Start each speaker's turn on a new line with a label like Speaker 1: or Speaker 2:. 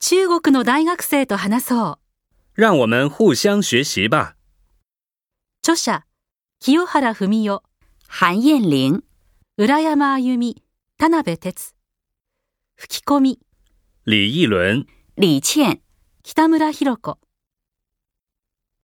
Speaker 1: 中国の大学生と話そう。
Speaker 2: 让我们互相学习吧。
Speaker 1: 著者、清原文夫、
Speaker 3: 韩燕玲、
Speaker 1: 浦山あゆみ、田辺哲。吹き込み、
Speaker 2: 李一伦。
Speaker 3: 李倩。
Speaker 1: 北村博子。